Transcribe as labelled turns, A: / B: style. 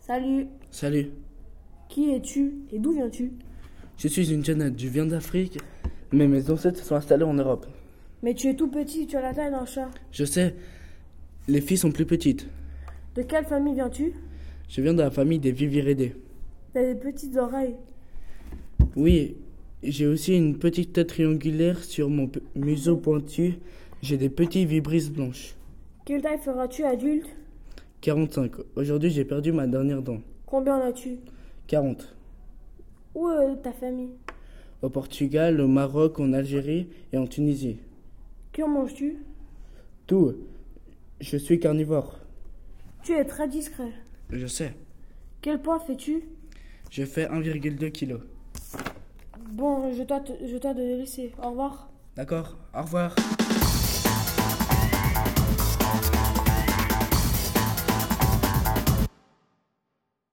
A: Salut,
B: Salut,
A: qui es-tu et d'où viens-tu
B: je suis une jeunette, je viens d'Afrique, mais mes ancêtres sont installés en Europe.
A: Mais tu es tout petit, tu as la taille d'un chat.
B: Je sais, les filles sont plus petites.
A: De quelle famille viens-tu
B: Je viens de la famille des viviridés.
A: T'as des petites oreilles.
B: Oui, j'ai aussi une petite tête triangulaire sur mon pe- museau pointu. J'ai des petits vibrisses blanches.
A: Quelle taille feras-tu adulte
B: 45. Aujourd'hui, j'ai perdu ma dernière dent.
A: Combien en as-tu
B: 40.
A: Où est ta famille
B: Au Portugal, au Maroc, en Algérie et en Tunisie.
A: Que manges-tu
B: Tout. Je suis carnivore.
A: Tu es très discret.
B: Je sais.
A: Quel poids fais-tu
B: Je fais 1,2 kg.
A: Bon, je dois, te- je dois te laisser. Au revoir.
B: D'accord Au revoir.